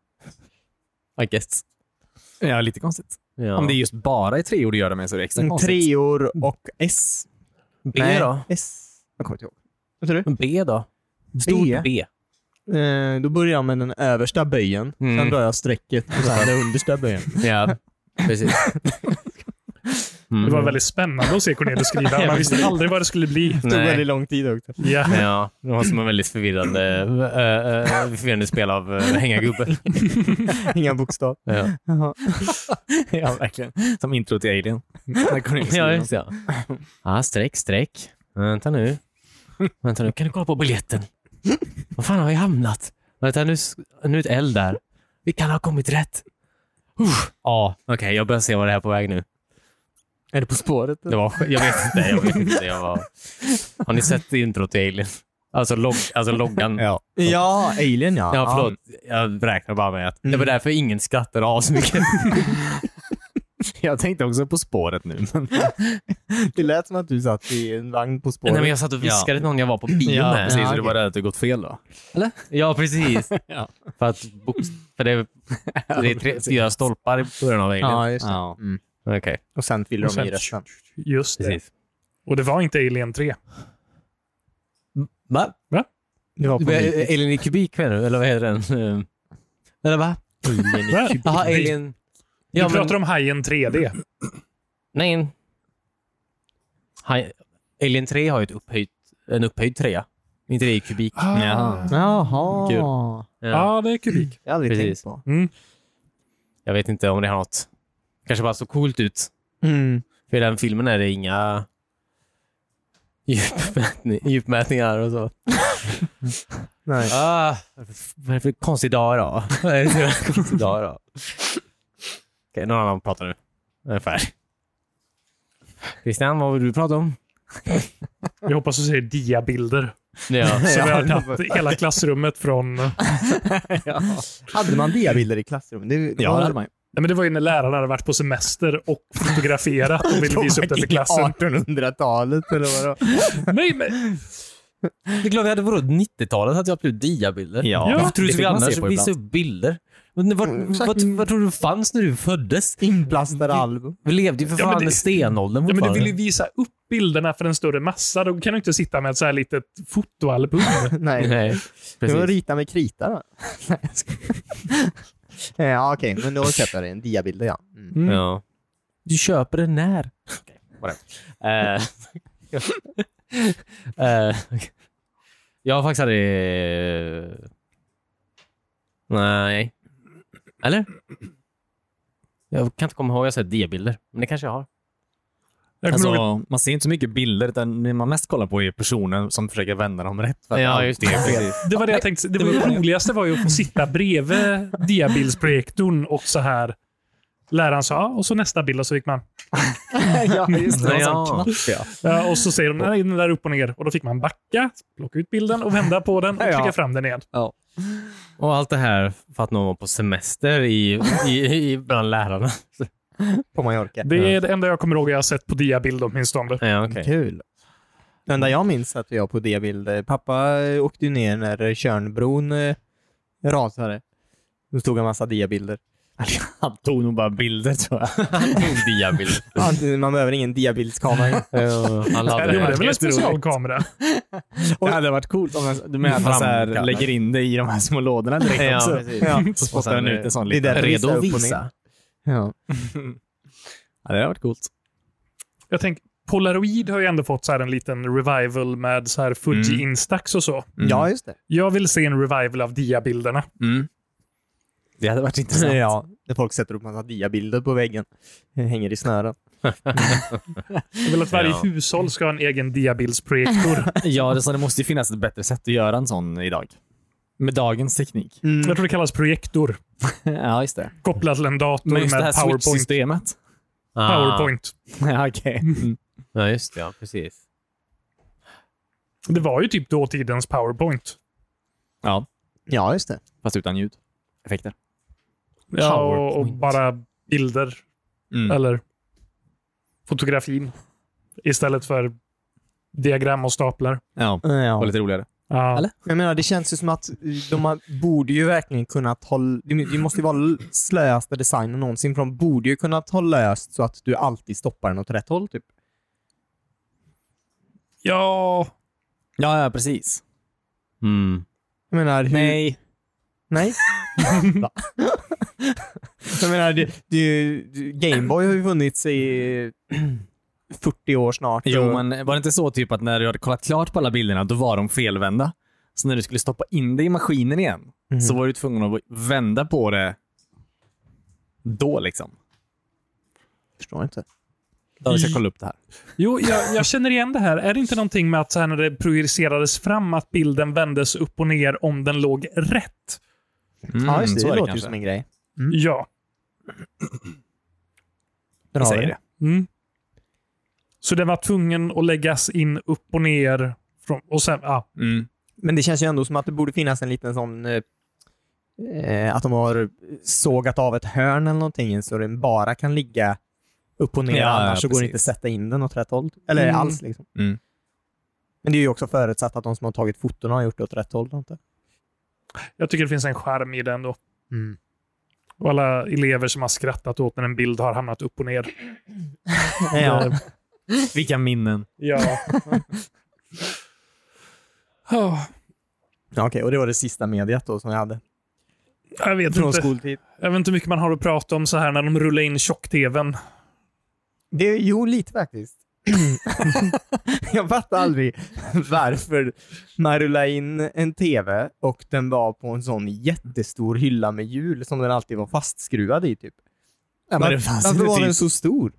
[SPEAKER 2] I guess.
[SPEAKER 3] Ja, lite konstigt.
[SPEAKER 2] Ja.
[SPEAKER 3] Om det är just bara i treor du gör det med så är det extra
[SPEAKER 1] Men
[SPEAKER 3] konstigt.
[SPEAKER 1] Treor Mm, och S.
[SPEAKER 2] B då?
[SPEAKER 1] S. Jag kommer inte ihåg. Vad sa du?
[SPEAKER 2] B då?
[SPEAKER 1] B.
[SPEAKER 2] Stort B.
[SPEAKER 1] Eh, då börjar jag med den översta böjen,
[SPEAKER 2] Mm.
[SPEAKER 1] sen drar jag strecket och sen den understa böjen.
[SPEAKER 2] Ja,
[SPEAKER 1] (laughs)
[SPEAKER 2] precis. Mm.
[SPEAKER 4] Det var väldigt spännande att
[SPEAKER 2] (laughs)
[SPEAKER 4] se Cornelius skriva. Man visste aldrig vad det skulle bli.
[SPEAKER 1] Det tog väldigt lång tid också.
[SPEAKER 4] Ja.
[SPEAKER 2] Ja, det var som en väldigt förvirrande, äh, förvirrande spel av äh, hängagubbe.
[SPEAKER 1] Inga bokstav.
[SPEAKER 2] (laughs) Ja.
[SPEAKER 1] Jaha.
[SPEAKER 3] (laughs) Ja, verkligen. Som intro till Alien. När Cornelius
[SPEAKER 2] Ja,
[SPEAKER 3] skriver
[SPEAKER 2] just det. ja. Ja, streck, streck. Vänta nu. Vänta nu, kan du kolla på biljetten? Var fan har vi hamnat? Vänta, nu, s- nu är ett L där. Vi kan ha kommit rätt. Uff. Ja, okej, jag börjar se vad det här är på väg nu.
[SPEAKER 1] Är det På spåret?
[SPEAKER 2] Det var, jag vet inte, jag vet inte. Jag var... Har ni sett introt till Alien? Alltså, log, alltså loggan.
[SPEAKER 3] Ja.
[SPEAKER 1] Ja, Alien ja.
[SPEAKER 2] Ja, förlåt. Jag räknar bara med att det var
[SPEAKER 1] Mm.
[SPEAKER 2] därför ingen skrattade av så mycket.
[SPEAKER 3] Jag tänkte också på spåret nu. Men...
[SPEAKER 1] Det lät som att du satt i en vagn på spåret.
[SPEAKER 2] Nej, men jag satt och viskade till någon jag var på bio
[SPEAKER 3] (laughs)
[SPEAKER 2] med.
[SPEAKER 1] precis. Ja,
[SPEAKER 3] rädd att det gått fel då.
[SPEAKER 2] (laughs) Ja, precis.
[SPEAKER 3] Ja.
[SPEAKER 2] För att bok- för det, det är tre, fyra stolpar i början av Alien.
[SPEAKER 1] Ja, just det.
[SPEAKER 3] Ja.
[SPEAKER 1] Mm.
[SPEAKER 2] Okej,
[SPEAKER 1] Och sen fyller
[SPEAKER 4] Och
[SPEAKER 1] de
[SPEAKER 4] sen-
[SPEAKER 1] i resten.
[SPEAKER 4] Just det.
[SPEAKER 2] precis.
[SPEAKER 4] Och det var inte Alien 3.
[SPEAKER 2] Va?
[SPEAKER 1] Det var på min-
[SPEAKER 2] Alien i kubik menar du? Eller vad heter den? Ehm, Eller va?
[SPEAKER 4] Va?
[SPEAKER 2] Jaha, Alien...
[SPEAKER 4] Du
[SPEAKER 2] Ja, men...
[SPEAKER 4] pratar om Hajen 3D.
[SPEAKER 2] Nej. Hi- Alien 3 har ju ett upphöjt, en upphöjd trea. Inte det i kubik?
[SPEAKER 3] Jaha.
[SPEAKER 1] Jaha.
[SPEAKER 3] Kul.
[SPEAKER 2] Ja,
[SPEAKER 4] Ah. Ja, det är kubik.
[SPEAKER 1] Jag har aldrig
[SPEAKER 2] Precis.
[SPEAKER 1] tänkt på.
[SPEAKER 4] Mm.
[SPEAKER 2] jag vet inte om det har något... kanske bara så coolt ut.
[SPEAKER 1] Mm.
[SPEAKER 2] För i den filmen är det inga (laughs) djupmätning, djupmätningar och så.
[SPEAKER 1] Nej.
[SPEAKER 2] Ah, vad är det för konstig dag idag? (laughs) Vad är det för konstig dag idag? Okej, någon annan pratar nu. Ungefär. Christian, vad vill du prata om?
[SPEAKER 4] Jag hoppas du säger diabilder.
[SPEAKER 2] Ja.
[SPEAKER 4] Så vi har tagit hela klassrummet från... Nej,
[SPEAKER 1] ja. Hade man diabilder i klassrummet? Det, det
[SPEAKER 3] Ja,
[SPEAKER 1] var-
[SPEAKER 3] det hade man ju.
[SPEAKER 4] men det var ju när lärarna hade varit på semester och fotograferat och ville visa upp det för klassen.
[SPEAKER 1] 1800-talet eller (laughs) vadå?
[SPEAKER 4] Nej, men
[SPEAKER 2] (laughs) Det är klart vi hade varit 90-talet hade jag absolut diabilder.
[SPEAKER 3] Ja.
[SPEAKER 2] Varför tror du att vi
[SPEAKER 3] Det fick man
[SPEAKER 2] annars
[SPEAKER 3] se på
[SPEAKER 2] visade upp
[SPEAKER 3] ibland.
[SPEAKER 2] bilder? Men vad,
[SPEAKER 1] Mm, exakt.
[SPEAKER 2] vad, vad tror du fanns när du föddes?
[SPEAKER 1] Inplastade album.
[SPEAKER 2] Vi levde ju för
[SPEAKER 4] Ja, men
[SPEAKER 2] fan
[SPEAKER 4] det-
[SPEAKER 2] i stenåldern
[SPEAKER 4] Ja, men du
[SPEAKER 2] fortfarande.
[SPEAKER 4] vill ju visa upp bilderna för en större massa. Då kan du inte sitta med ett så här litet
[SPEAKER 2] (laughs)
[SPEAKER 4] fotoalbum. Mm.
[SPEAKER 1] Nej.
[SPEAKER 2] Nej,
[SPEAKER 1] Det var
[SPEAKER 2] precis.
[SPEAKER 1] rita med krita då. (laughs) Nej, jag skojar. (laughs) Ja, okej, men då köper jag det. En diabilder, ja. Mm.
[SPEAKER 4] Mm.
[SPEAKER 2] Ja. Du köper den när? Okej, whatever. (laughs) Eh, eh, okej. Jag har faktiskt aldrig... Nej. Eller? Jag kan inte komma ihåg jag sett diabilder, men det kanske jag har.
[SPEAKER 4] Jag kommer ihåg
[SPEAKER 3] Alltså, man ser inte så mycket bilder, utan det man mest kollar på är personen som försöker vända dem rätt. för att allt
[SPEAKER 2] det.
[SPEAKER 3] (laughs)
[SPEAKER 4] att- det var det jag tänkte. Det, var det roligaste var ju att få sitta bredvid diabildsprojektorn och så här. Läraren sa, "Ja, och så nästa bild och så gick man.
[SPEAKER 1] (laughs) ja, just
[SPEAKER 2] det.
[SPEAKER 1] Ja.
[SPEAKER 2] Ja.
[SPEAKER 1] Knapp, ja.
[SPEAKER 4] Ja, och så säger de, nej, den där upp och ner. Och då fick man backa, plocka ut bilden och vända på den och
[SPEAKER 1] Ja.
[SPEAKER 4] klicka fram den igen.
[SPEAKER 2] Och allt det här för att någon var på semester i, i, i bland lärarna.
[SPEAKER 1] På Mallorca.
[SPEAKER 4] Det är det enda jag kommer ihåg jag har sett på diabild åtminstone.
[SPEAKER 2] Ja,
[SPEAKER 1] (laughs)
[SPEAKER 2] okej.
[SPEAKER 1] Kul. Det enda jag minns att jag på diabild, eh, pappa eh, åkte ju ner när Tjörnbron eh, rasade. Då stod en massa diabilder.
[SPEAKER 3] Alltså, Han tog nog bara bilder, tror jag.
[SPEAKER 2] Diabilder.
[SPEAKER 1] Ja, det- Man behöver ingen diabildskamera.
[SPEAKER 2] Alla
[SPEAKER 4] Det är
[SPEAKER 2] hade
[SPEAKER 4] väl en specialkamera?
[SPEAKER 3] Det hade varit coolt om man, du menar att man så här,
[SPEAKER 2] Framkallar.
[SPEAKER 3] lägger in det i de här små lådorna direkt
[SPEAKER 2] Ja,
[SPEAKER 3] också.
[SPEAKER 1] precis. Ja.
[SPEAKER 3] Så
[SPEAKER 2] Och
[SPEAKER 3] spottar
[SPEAKER 2] sen,
[SPEAKER 3] den
[SPEAKER 2] eh,
[SPEAKER 3] ut en sån
[SPEAKER 1] det är
[SPEAKER 3] liten.
[SPEAKER 1] därför vi
[SPEAKER 2] Redo
[SPEAKER 1] visar
[SPEAKER 2] att
[SPEAKER 1] upp och
[SPEAKER 2] visa.
[SPEAKER 1] ner. Ja.
[SPEAKER 3] Ja, det hade varit coolt.
[SPEAKER 4] Jag tänker, Polaroid har ju ändå fått så här en liten revival med så här Fuji
[SPEAKER 3] Mm.
[SPEAKER 4] Instax och så.
[SPEAKER 3] Mm.
[SPEAKER 1] ja, just det.
[SPEAKER 4] Jag vill se en revival av diabilderna.
[SPEAKER 3] Mm. Det hade varit intressant.
[SPEAKER 1] Ja, där folk sätter upp massa diabilder på väggen. Eh, Hänger i snören.
[SPEAKER 4] Jag vill att varje
[SPEAKER 2] Ja.
[SPEAKER 4] hushåll ska ha en egen diabildsprojektor.
[SPEAKER 3] (laughs) Ja, det, så det måste ju finnas ett bättre sätt att göra en sån idag. Med dagens teknik.
[SPEAKER 4] Jag tror det kallas projektor.
[SPEAKER 3] (laughs) Ja, just det.
[SPEAKER 4] Kopplat till en dator
[SPEAKER 3] Men
[SPEAKER 4] med
[SPEAKER 3] just det här
[SPEAKER 4] powerpoint.
[SPEAKER 3] switch-systemet.
[SPEAKER 4] PowerPoint.
[SPEAKER 3] (laughs) Ja, okej. Mm.
[SPEAKER 2] Ja, just det. Ja, precis.
[SPEAKER 3] Ah.
[SPEAKER 4] Det var ju typ dåtidens powerpoint.
[SPEAKER 3] Ja,
[SPEAKER 1] Ja, just det.
[SPEAKER 3] fast utan ljud. Effekter.
[SPEAKER 4] Ja, och, och
[SPEAKER 2] PowerPoint.
[SPEAKER 4] bara bilder
[SPEAKER 3] Mm.
[SPEAKER 4] eller fotografin istället för diagram och staplar.
[SPEAKER 3] Ja,
[SPEAKER 1] Eh,
[SPEAKER 3] det var
[SPEAKER 1] Ja.
[SPEAKER 3] lite roligare.
[SPEAKER 4] Ja.
[SPEAKER 3] Eller?
[SPEAKER 1] Jag menar, det känns ju som att eh, de har- borde ju verkligen kunnat hålla... Det det måste ju vara l- slöaste designen någonsin, för de borde ju kunnat ha löst så att du alltid stoppar den åt rätt håll, typ.
[SPEAKER 4] ja,
[SPEAKER 3] Ja, ja precis.
[SPEAKER 2] Mm.
[SPEAKER 1] Jag menar, hur...
[SPEAKER 3] Nej. (laughs)
[SPEAKER 1] Nej? Va? (laughs) jag menar, det, det, är ju- det, Gameboy har ju funnits i 40 år snart.
[SPEAKER 3] Jo,
[SPEAKER 1] och-
[SPEAKER 3] men var det inte så typ att när du hade kollat klart på alla bilderna, då var de felvända? Så när du skulle stoppa in det i maskinen igen,
[SPEAKER 1] Mhm.
[SPEAKER 3] så var du tvungen att vända på det då liksom.
[SPEAKER 1] Förstår inte.
[SPEAKER 3] Ja, vi ska kolla upp det här.
[SPEAKER 4] Jo, jag, jag känner igen det här. Är det inte någonting med att så här när det projicerades fram, att bilden vändes upp och ner om den låg rätt?
[SPEAKER 3] Mm,
[SPEAKER 1] ja, just det.
[SPEAKER 3] så
[SPEAKER 1] Det,
[SPEAKER 3] är
[SPEAKER 1] låter ju
[SPEAKER 3] kanske.
[SPEAKER 1] som en grej.
[SPEAKER 3] Mm.
[SPEAKER 4] Ja.
[SPEAKER 1] Där
[SPEAKER 3] Vi
[SPEAKER 1] har vi
[SPEAKER 3] säger det.
[SPEAKER 4] Mm. Så den var tvungen att läggas in upp och ner. Från, och sen, ja.
[SPEAKER 3] Mm.
[SPEAKER 1] Men det känns ju ändå som att det borde finnas en liten sån... eh, Eh, att de har sågat av ett hörn eller någonting så den bara kan ligga upp och ner.
[SPEAKER 3] Ja,
[SPEAKER 1] annars
[SPEAKER 3] ja,
[SPEAKER 1] så går det
[SPEAKER 3] precis.
[SPEAKER 1] inte att sätta in den åt rätt håll. Eller
[SPEAKER 4] Mm.
[SPEAKER 1] alls liksom.
[SPEAKER 3] Mm.
[SPEAKER 1] Men det är ju också förutsatt att de som har tagit fotona har gjort det åt rätt håll. Inte?
[SPEAKER 4] jag tycker det finns en charm i den då.
[SPEAKER 1] Mm.
[SPEAKER 4] Och alla elever som har skrattat åt när en bild har hamnat upp och ner.
[SPEAKER 1] Ja.
[SPEAKER 3] Vilka minnen.
[SPEAKER 4] (laughs) Ja. Ja,
[SPEAKER 1] Ja, Okej, och det var det sista mediet då som jag hade.
[SPEAKER 4] jag vet
[SPEAKER 1] Från
[SPEAKER 4] inte.
[SPEAKER 1] skoltid.
[SPEAKER 4] Jag vet inte hur mycket man har att prata om så här när de rullar in tjock-tvn.
[SPEAKER 1] Det, jo, lite faktiskt. (laughs) jag fattar aldrig varför man rullade in en TV och den var på en sån jättestor hylla med hjul som den alltid var fastskruvad i. Typ.
[SPEAKER 3] Ja,
[SPEAKER 1] Var-
[SPEAKER 3] men det fanns
[SPEAKER 1] varför
[SPEAKER 3] inte
[SPEAKER 1] var den
[SPEAKER 3] tid.
[SPEAKER 1] så stor?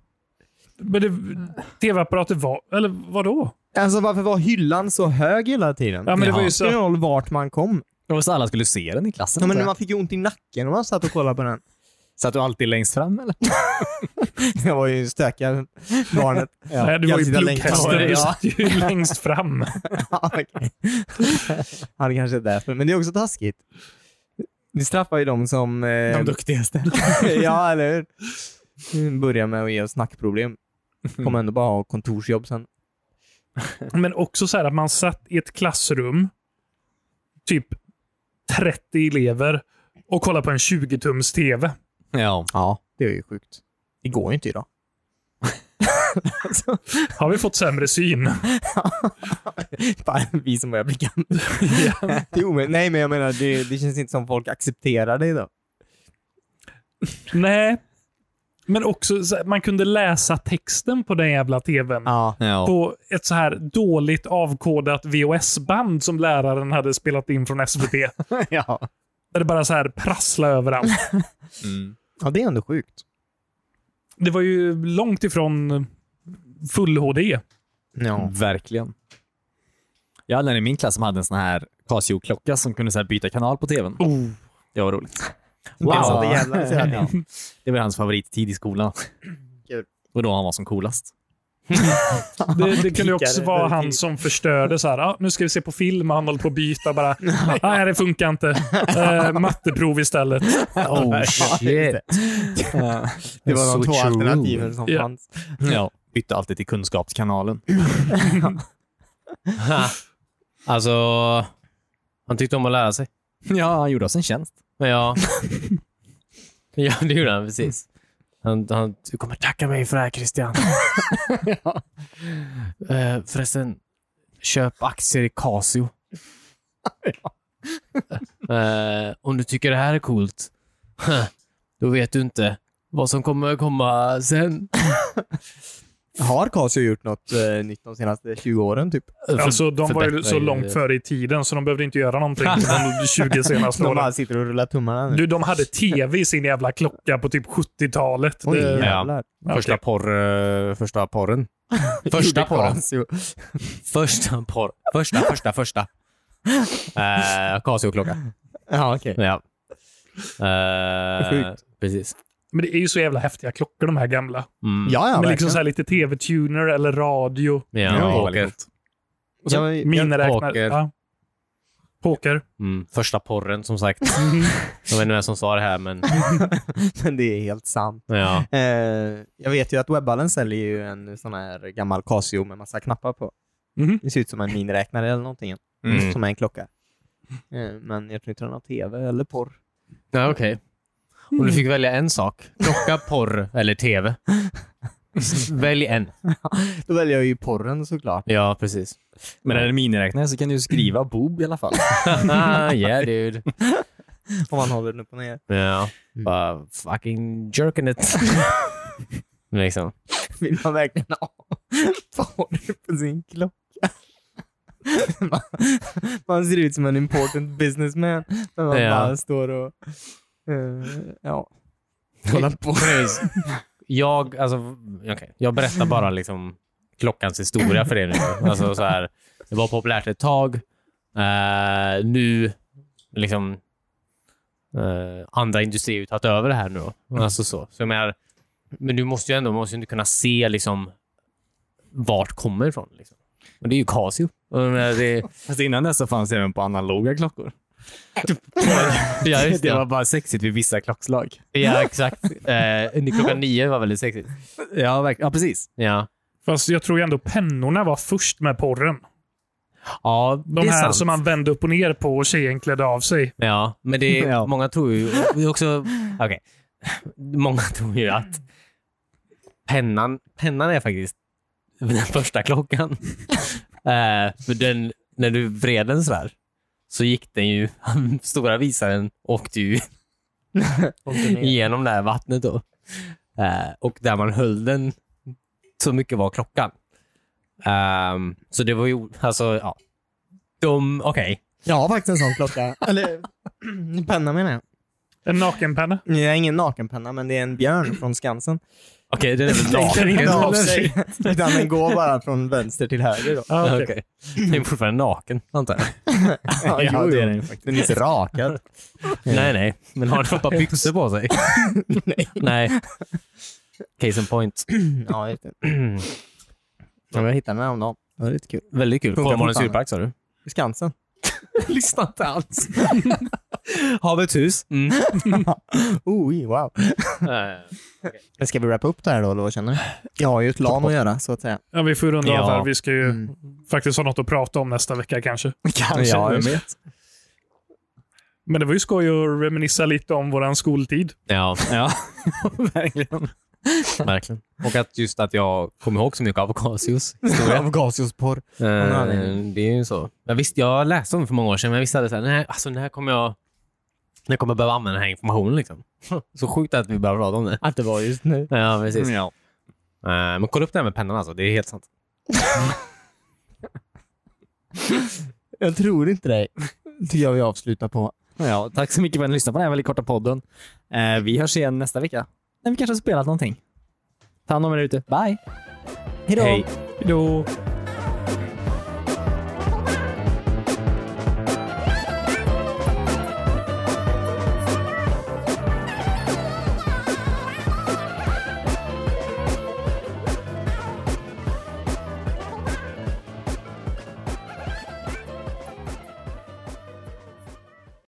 [SPEAKER 4] Men det, tv-apparater var... Eller vadå?
[SPEAKER 1] Alltså varför var hyllan så hög hela tiden?
[SPEAKER 4] Ja, men det var
[SPEAKER 3] Jaha.
[SPEAKER 4] ju
[SPEAKER 1] Det spelar
[SPEAKER 4] så.
[SPEAKER 1] ingen roll vart man kom.
[SPEAKER 3] Det var så alla skulle se den i klassen.
[SPEAKER 1] Ja,
[SPEAKER 3] antar
[SPEAKER 1] men
[SPEAKER 3] jag.
[SPEAKER 1] man fick ju ont i nacken om man satt och kollade på den.
[SPEAKER 3] Satt du alltid längst fram eller?
[SPEAKER 1] (laughs) Jag var ju stökiga barnet.
[SPEAKER 4] Nej, du var ju
[SPEAKER 1] Jag sitter längst
[SPEAKER 4] plogghästen.
[SPEAKER 1] fram.
[SPEAKER 4] Du
[SPEAKER 1] Ja.
[SPEAKER 4] satt ju längst fram.
[SPEAKER 1] Ja, okej. (laughs) ja, det kanske är därför. Men det är också taskigt. Ni straffar ju dem som... Eh,
[SPEAKER 3] duktigaste.
[SPEAKER 1] (laughs) ja, eller hur? Börjar med att ge oss snackproblem. Kommer ändå bara ha kontorsjobb sen.
[SPEAKER 4] Men också så här att man satt i ett klassrum, typ 30 elever, och kollade på en 20-tums TV.
[SPEAKER 3] Ja.
[SPEAKER 1] Ja, det är ju sjukt. Det går ju inte (laughs) idag. alltså,
[SPEAKER 4] Har vi fått sämre syn?
[SPEAKER 1] bara vi som börjar bli gamla. (laughs) det är omöjligt. Nej, men jag menar, det, det känns inte som folk accepterar det idag.
[SPEAKER 4] Nej. Men också, så här, man kunde läsa texten på den jävla TVn.
[SPEAKER 1] Ja.
[SPEAKER 3] ja.
[SPEAKER 4] På ett så här dåligt avkodat VHS-band som läraren hade spelat in från SVT.
[SPEAKER 1] (laughs) ja.
[SPEAKER 4] där det bara så här prasslade överallt.
[SPEAKER 3] Mm.
[SPEAKER 1] Ja, det är ändå sjukt.
[SPEAKER 4] Det var ju långt ifrån full HD.
[SPEAKER 1] Ja.
[SPEAKER 3] Verkligen. Jag hade en i min klass som hade en sån här Casio-klocka som kunde så här byta kanal på tvn.
[SPEAKER 4] Oh.
[SPEAKER 3] Det var roligt.
[SPEAKER 1] Wow.
[SPEAKER 3] Ja.
[SPEAKER 1] Det jävlar, så här. (laughs)
[SPEAKER 3] Ja. Det var hans favorittid i skolan.
[SPEAKER 1] Kul.
[SPEAKER 3] Och då han var som coolast.
[SPEAKER 1] (laughs)
[SPEAKER 4] Det, det kunde ju också
[SPEAKER 1] Kikare,
[SPEAKER 4] vara
[SPEAKER 1] väldigt
[SPEAKER 4] han
[SPEAKER 1] kul.
[SPEAKER 4] som förstörde. Så här, ah, nu ska vi se på film och han håller på att
[SPEAKER 1] (laughs)
[SPEAKER 4] byta. Bara, Nej, det funkar inte. Eh, matteprov istället.
[SPEAKER 2] (laughs)
[SPEAKER 3] Oh
[SPEAKER 1] (laughs) shit. Det var de två alternativen som
[SPEAKER 4] Ja.
[SPEAKER 1] fanns.
[SPEAKER 3] Ja. Bytte alltid till Kunskapskanalen.
[SPEAKER 2] Ha. Alltså, han tyckte om att lära sig.
[SPEAKER 3] Ja, han gjorde oss en tjänst.
[SPEAKER 2] Men (laughs) ja. ja, det gjorde han precis. Han, han, du kommer tacka mig för det här (laughs) Christian. Eh, förresten, köp aktier i (laughs) Casio. Eh, om du tycker det här är coolt, (laughs) då vet du inte vad som kommer komma sen.
[SPEAKER 1] Har Casio gjort något eh, nytt de senaste 20 åren typ?
[SPEAKER 4] Alltså, de var ju
[SPEAKER 2] förbättra
[SPEAKER 4] så
[SPEAKER 2] ju-
[SPEAKER 4] långt före i tiden så de behövde inte
[SPEAKER 1] (laughs)
[SPEAKER 4] göra någonting de 20 senaste
[SPEAKER 1] De
[SPEAKER 4] åren.
[SPEAKER 1] bara sitter och rullar tummarna nu.
[SPEAKER 4] Du, de hade tv i sin jävla klocka på typ 70-talet.
[SPEAKER 1] Oj,
[SPEAKER 4] Det-
[SPEAKER 1] jävlar.
[SPEAKER 4] ja,
[SPEAKER 3] Första,
[SPEAKER 4] okej.
[SPEAKER 3] porr, eh, första (laughs) porren.
[SPEAKER 2] Första
[SPEAKER 1] Gjorde
[SPEAKER 2] porren.
[SPEAKER 1] Casio.
[SPEAKER 2] Första porr. Första, första, första. (laughs) Eh, Casio-klocka.
[SPEAKER 1] Ja, okej.
[SPEAKER 2] Ja. Eh,
[SPEAKER 1] Sjukt.
[SPEAKER 2] precis.
[SPEAKER 4] Men det är ju så jävla häftiga klockor de här gamla.
[SPEAKER 2] Mm.
[SPEAKER 1] Ja, ja,
[SPEAKER 4] Med
[SPEAKER 1] verkligen.
[SPEAKER 4] liksom så här lite tv-tuner eller radio.
[SPEAKER 2] Ja,
[SPEAKER 3] Ja,
[SPEAKER 2] och-
[SPEAKER 3] väldigt coolt.
[SPEAKER 1] Och så- jag,
[SPEAKER 2] poker.
[SPEAKER 4] Miniräknare. Ja. Poker.
[SPEAKER 2] Mm, första porren som sagt. Jag vet inte vem som sa det här, men
[SPEAKER 1] men (laughs) det är helt sant.
[SPEAKER 2] ja.
[SPEAKER 1] Eh, jag vet ju att Webhallen säljer ju en sån här gammal Casio med massa knappar på.
[SPEAKER 4] Mhm.
[SPEAKER 1] Det ser ut som en miniräknare eller någonting.
[SPEAKER 3] Mm.
[SPEAKER 1] Som är en klocka. Eh, men jag tror inte den har tv eller porr.
[SPEAKER 2] ja okej. Om du fick välja en sak, klocka, porr eller tv. Välj en.
[SPEAKER 1] Då väljer jag ju porren såklart.
[SPEAKER 2] Ja, precis.
[SPEAKER 3] Men är det en miniräknare så kan du ju skriva boob i alla (laughs) fall.
[SPEAKER 2] Ah, (laughs) yeah dude.
[SPEAKER 1] Om man håller den upp och ner.
[SPEAKER 2] Ja, bara fucking jerking it. (laughs) liksom.
[SPEAKER 1] Vill man verkligen ha (laughs) porr på sin klocka? (laughs) Man, man ser ut som en important businessman när man
[SPEAKER 2] Ja.
[SPEAKER 1] bara står och eh, ja, kollar på.
[SPEAKER 2] Typ. Precis. Jag, alltså, okej. jag berättar bara liksom klockans historia för er nu. Alltså, så här, det var populärt ett tag. Eh, nu, liksom, eh, andra industrier har ju tagit över det här nu. då. Alltså, så. Så jag menar, men du måste ju ändå måste ju inte kunna se liksom, vart kommer ifrån. Liksom. Och det är ju Casio. Och jag menar, det,
[SPEAKER 3] Fast innan dess så fanns det även på analoga klockor.
[SPEAKER 2] ja, just (laughs) det.
[SPEAKER 3] det var bara sexigt vid vissa klockslag.
[SPEAKER 2] Ja, exakt. Eh, klockan nio var väldigt sexigt.
[SPEAKER 3] Ja, verk- ja precis.
[SPEAKER 2] Ja,
[SPEAKER 4] Fast jag tror ju ändå pennorna var först med porren.
[SPEAKER 2] ja
[SPEAKER 4] De
[SPEAKER 2] det är
[SPEAKER 4] här
[SPEAKER 2] sant.
[SPEAKER 4] som man vände upp och ner på och tjejen klädde av sig.
[SPEAKER 2] (laughs) Ja, men det är,
[SPEAKER 3] Ja.
[SPEAKER 2] många tror ju det är också... (laughs) Okej. Många tror ju att pennan, pennan är faktiskt den (laughs) första klockan. Eh, för den, när du vred den sådär så gick den ju, (laughs) stora visaren åkte (laughs) ju igenom det här vattnet då. Eh, och där man höll den, så mycket var klockan. Ehm, så det var ju, alltså ja. De, okej.
[SPEAKER 1] Jag har faktiskt en sån
[SPEAKER 2] (laughs)
[SPEAKER 1] klocka. Eller penna menar jag.
[SPEAKER 4] En nakenpenna.
[SPEAKER 1] Jag har ingen nakenpenna, men det är en björn från Skansen.
[SPEAKER 2] Okej, den är (laughs) väl
[SPEAKER 4] Tänker
[SPEAKER 2] naken
[SPEAKER 4] inte
[SPEAKER 2] av
[SPEAKER 4] hålla
[SPEAKER 2] sig.
[SPEAKER 1] Utan den går bara från vänster till höger. Då.
[SPEAKER 4] Ah, okej.
[SPEAKER 2] Okej. Den är fortfarande naken, antar jag.
[SPEAKER 1] Ja,
[SPEAKER 3] (laughs) jo, jo.
[SPEAKER 1] den ju faktiskt. Den är inte
[SPEAKER 3] (laughs)
[SPEAKER 1] rakad.
[SPEAKER 2] Nej, nej. Men har den ett par (laughs) byxor på sig? nej. nej. Case in point.
[SPEAKER 1] ja, jag vet
[SPEAKER 2] (clears throat)
[SPEAKER 1] inte. Ja, men Jag hittade den häromdagen. Det var lite kul.
[SPEAKER 2] Väldigt kul.
[SPEAKER 1] Funkar
[SPEAKER 2] Kolmårdens
[SPEAKER 1] fortfarande.
[SPEAKER 2] djurpark sa du?
[SPEAKER 1] I Skansen.
[SPEAKER 2] Lyssna inte alls. Havets hus. Mm.
[SPEAKER 1] Oj, (laughs) wow. Eh, Ska vi wrappa upp det här då, eller vad känner du? Jag har ju ett LAN att göra, så att säga.
[SPEAKER 4] Ja, vi får runda av
[SPEAKER 2] Ja.
[SPEAKER 4] här. Vi ska ju
[SPEAKER 1] Mm.
[SPEAKER 4] faktiskt ha något att prata om nästa vecka kanske.
[SPEAKER 3] Kanske,
[SPEAKER 1] Ja,
[SPEAKER 3] vem
[SPEAKER 1] just
[SPEAKER 3] vet?
[SPEAKER 4] Men det var ju skoj att reminissa lite om våran skoltid.
[SPEAKER 2] Ja, (laughs)
[SPEAKER 3] Ja, verkligen.
[SPEAKER 2] verkligen. Och att just att jag kommer ihåg så mycket av Casios.
[SPEAKER 1] Avgasiosporr.
[SPEAKER 2] Eh,
[SPEAKER 1] nej.
[SPEAKER 2] det är ju så. Jag, visste, jag läste om det för många år sedan, men jag visste aldrig så här, nej, alltså, när kommer jag när kommer jag behöva använda den här informationen. Liksom. (laughs) Så sjukt att vi behöver prata om det.
[SPEAKER 1] Att det var just nu.
[SPEAKER 2] Ja, precis.
[SPEAKER 3] Ja.
[SPEAKER 2] Eh, men kolla upp det här med pennan alltså, det är helt sant.
[SPEAKER 1] Jag tror inte
[SPEAKER 3] (laughs)
[SPEAKER 1] dig. Tycker jag vi avslutar på.
[SPEAKER 3] Ja, tack så mycket för att ni lyssnade på den här väldigt korta podden. Eh, vi hörs igen nästa vecka. När vi kanske har spelat någonting. Ta hand om er ute. Bye!
[SPEAKER 1] Hej då!
[SPEAKER 2] Hej.
[SPEAKER 4] Hejdå!